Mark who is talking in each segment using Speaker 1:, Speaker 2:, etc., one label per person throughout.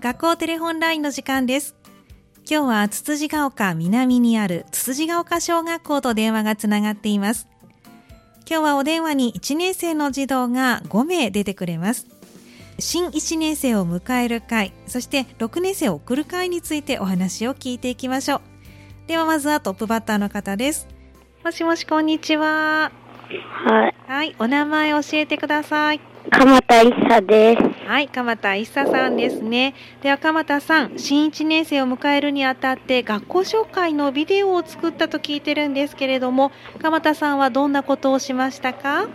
Speaker 1: 学校テレホンラインの時間です今日はつつじが丘南にあるつつじが丘小学校と電話がつながっています今日はお電話に1年生の児童が5名出てくれます新1年生を迎える会そして6年生を送る会についてお話を聞いていきましょうではまずはトップバッターの方ですもしもしこんにちは
Speaker 2: はい、
Speaker 1: はいお名前教えてください
Speaker 2: 鎌田一茶です。
Speaker 1: はい鎌田一茶さんですねでは鎌田さん新1年生を迎えるにあたって学校紹介のビデオを作ったと聞いてるんですけれども鎌田さんはどんなことをしましたか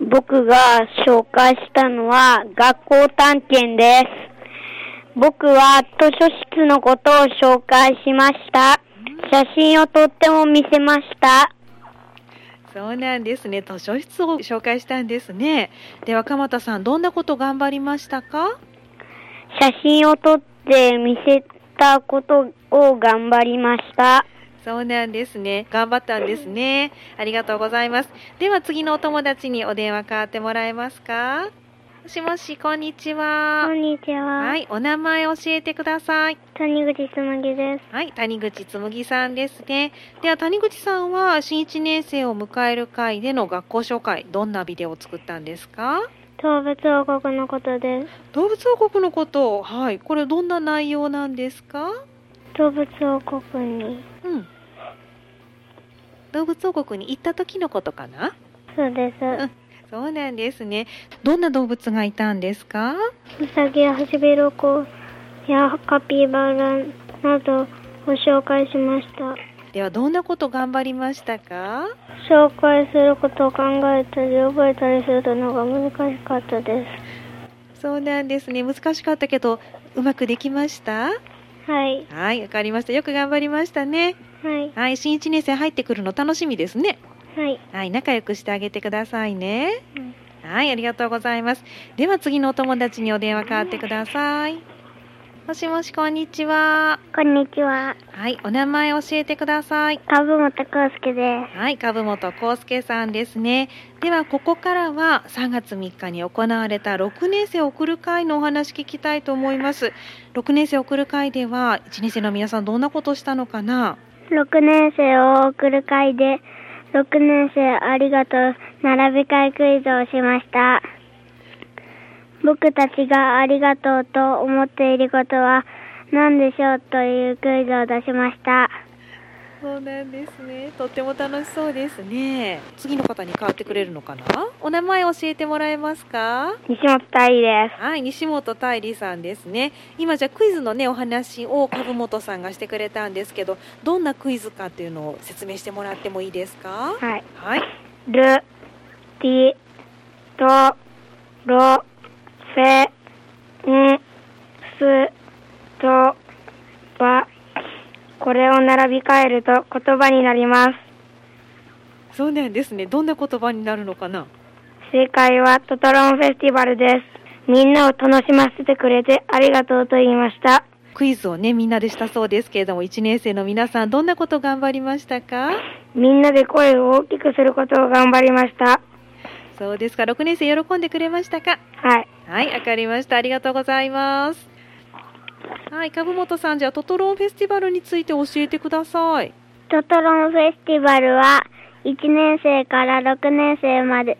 Speaker 2: 僕が紹介したのは学校探検です。僕は図書室のことを紹介しました。写真を撮っても見せました。
Speaker 1: そうなんですね図書室を紹介したんですねでは鎌田さんどんなこと頑張りましたか
Speaker 2: 写真を撮って見せたことを頑張りました。
Speaker 1: そうなんですね頑張ったんですねありがとうございますでは次のお友達にお電話変わってもらえますかもしもしこんにちは
Speaker 2: んにちは
Speaker 1: はい、お名前教えてください。
Speaker 2: 谷口つむぎです。
Speaker 1: はい、谷口つむぎさんですね。では谷口さんは新1年生を迎える会での学校紹介、どんなビデオを作ったんですか
Speaker 2: 動物王国のことです。
Speaker 1: 動物王国のことを、はい、これどんな内容なんですか
Speaker 2: 動物王国に。
Speaker 1: うん。動物王国に行った時のことかな
Speaker 2: そうです。
Speaker 1: そうなんですね。どんな動物がいたんですか
Speaker 2: ウサギやハシビロコウやカピバラなどを紹介しました
Speaker 1: ではどんなこと頑張りましたか
Speaker 2: 紹介することを考えたり覚えたりするのが難しかったで
Speaker 1: そうなんですね。難しかったけど、うまくできました
Speaker 2: すはい
Speaker 1: はい、わかりました。よく頑張りましたね。
Speaker 2: はい
Speaker 1: はい、新一年生入ってくるの楽しみですね。
Speaker 2: はい
Speaker 1: はい、仲良くしてあげてくださいね。
Speaker 2: うん
Speaker 1: はい、ありがとうございます。では次のお友達にお電話変わってください。もしもし、こんにちは。
Speaker 2: こんにちは
Speaker 1: はい、お名前教えてください。
Speaker 2: 株本康介で
Speaker 1: はい、株本康介さんですね。では、ここからは3月3日に行われた6年生送る会のお話聞きたいと思います。6年生送る会では、1年生の皆さんどんなことしたのかな
Speaker 2: す6年生を送る会で6年生ありがとう並び替えクイズをしました僕たちがありがとうと思っていることは何でしょうというクイズを出しました
Speaker 1: そうなんですね。とっても楽しそうですね。次の方に変わってくれるのかな。お名前教えてもらえますか。
Speaker 2: 西本太一で
Speaker 1: はい、西本泰理さんですね。今じゃあクイズのね、お話を株本さんがしてくれたんですけど。どんなクイズかっていうのを説明してもらってもいいですか。
Speaker 2: す。はい。
Speaker 1: はい、
Speaker 2: ル、ティ、ト、ロ、セ、ン、ス、と、ば。これを並び替えると言葉になります。
Speaker 1: そうなんですね。どんな言葉になるのかな。
Speaker 2: 正解はトトロンフェスティバルです。みんなを楽しませてくれてありがとうと言いました。
Speaker 1: クイズをね、みんなでしたそうですけれども、1年生の皆さん、どんなこと頑張りましたか。
Speaker 2: みんなで声を大きくすることを頑張りました。
Speaker 1: そうですか、6年生喜んでくれましたか。
Speaker 2: はい。
Speaker 1: はい、わかりました。ありがとうございます。はい、株本さん、じゃあトトロンフェスティバルについて教えてください。
Speaker 2: トトロンフェスティバルは1年生から6年生まで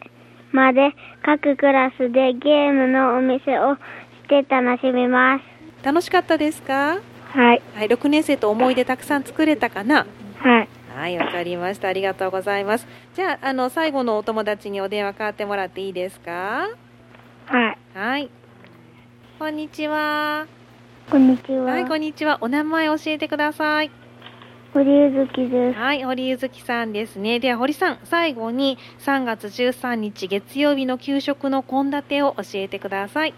Speaker 2: まで各クラスでゲームのお店をして楽しみます。
Speaker 1: 楽しかったですか？
Speaker 2: はい、
Speaker 1: はい、6年生と思い出たくさん作れたかな？
Speaker 2: はい、
Speaker 1: はい、わかりました。ありがとうございます。じゃああの最後のお友達にお電話変わってもらっていいですか？
Speaker 2: はい。
Speaker 1: はい。こんにちは。
Speaker 2: こんにちは。
Speaker 1: はい、こんにちは。お名前教えてください。
Speaker 2: 堀ゆずきです。
Speaker 1: はい、堀ゆずきさんですね。では堀さん、最後に3月13日月曜日の給食の献立を教えてください。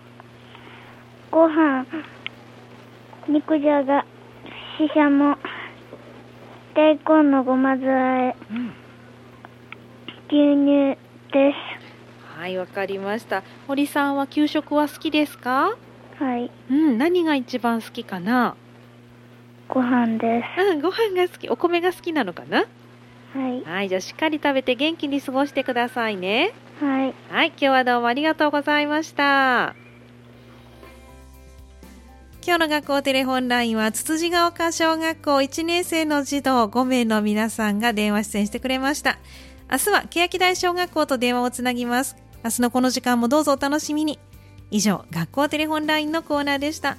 Speaker 2: ご飯、肉じゃが、ししゃも、大根のごま添え、牛乳で
Speaker 1: はい、わかりました。堀さんは給食は好きですか？
Speaker 2: す。はい、
Speaker 1: うん、何が一番好きかな？
Speaker 2: ご飯で
Speaker 1: うん、ご飯が好き、お米が好きなのかな？
Speaker 2: す。はい、
Speaker 1: はい、じゃあしっかり食べて元気に過ごしてくださいね。
Speaker 2: はい。
Speaker 1: はい、今日はどうもありがとうございました。今日の学校テレホンラインは、つつじが丘小学校1年生の児童5名の皆さんが電話出演してくれました。明日は、欅台小学校と電話をつなぎます。明日のこの時間もどうぞお楽しみに。以上、学校テレホンラインのコーナーでした。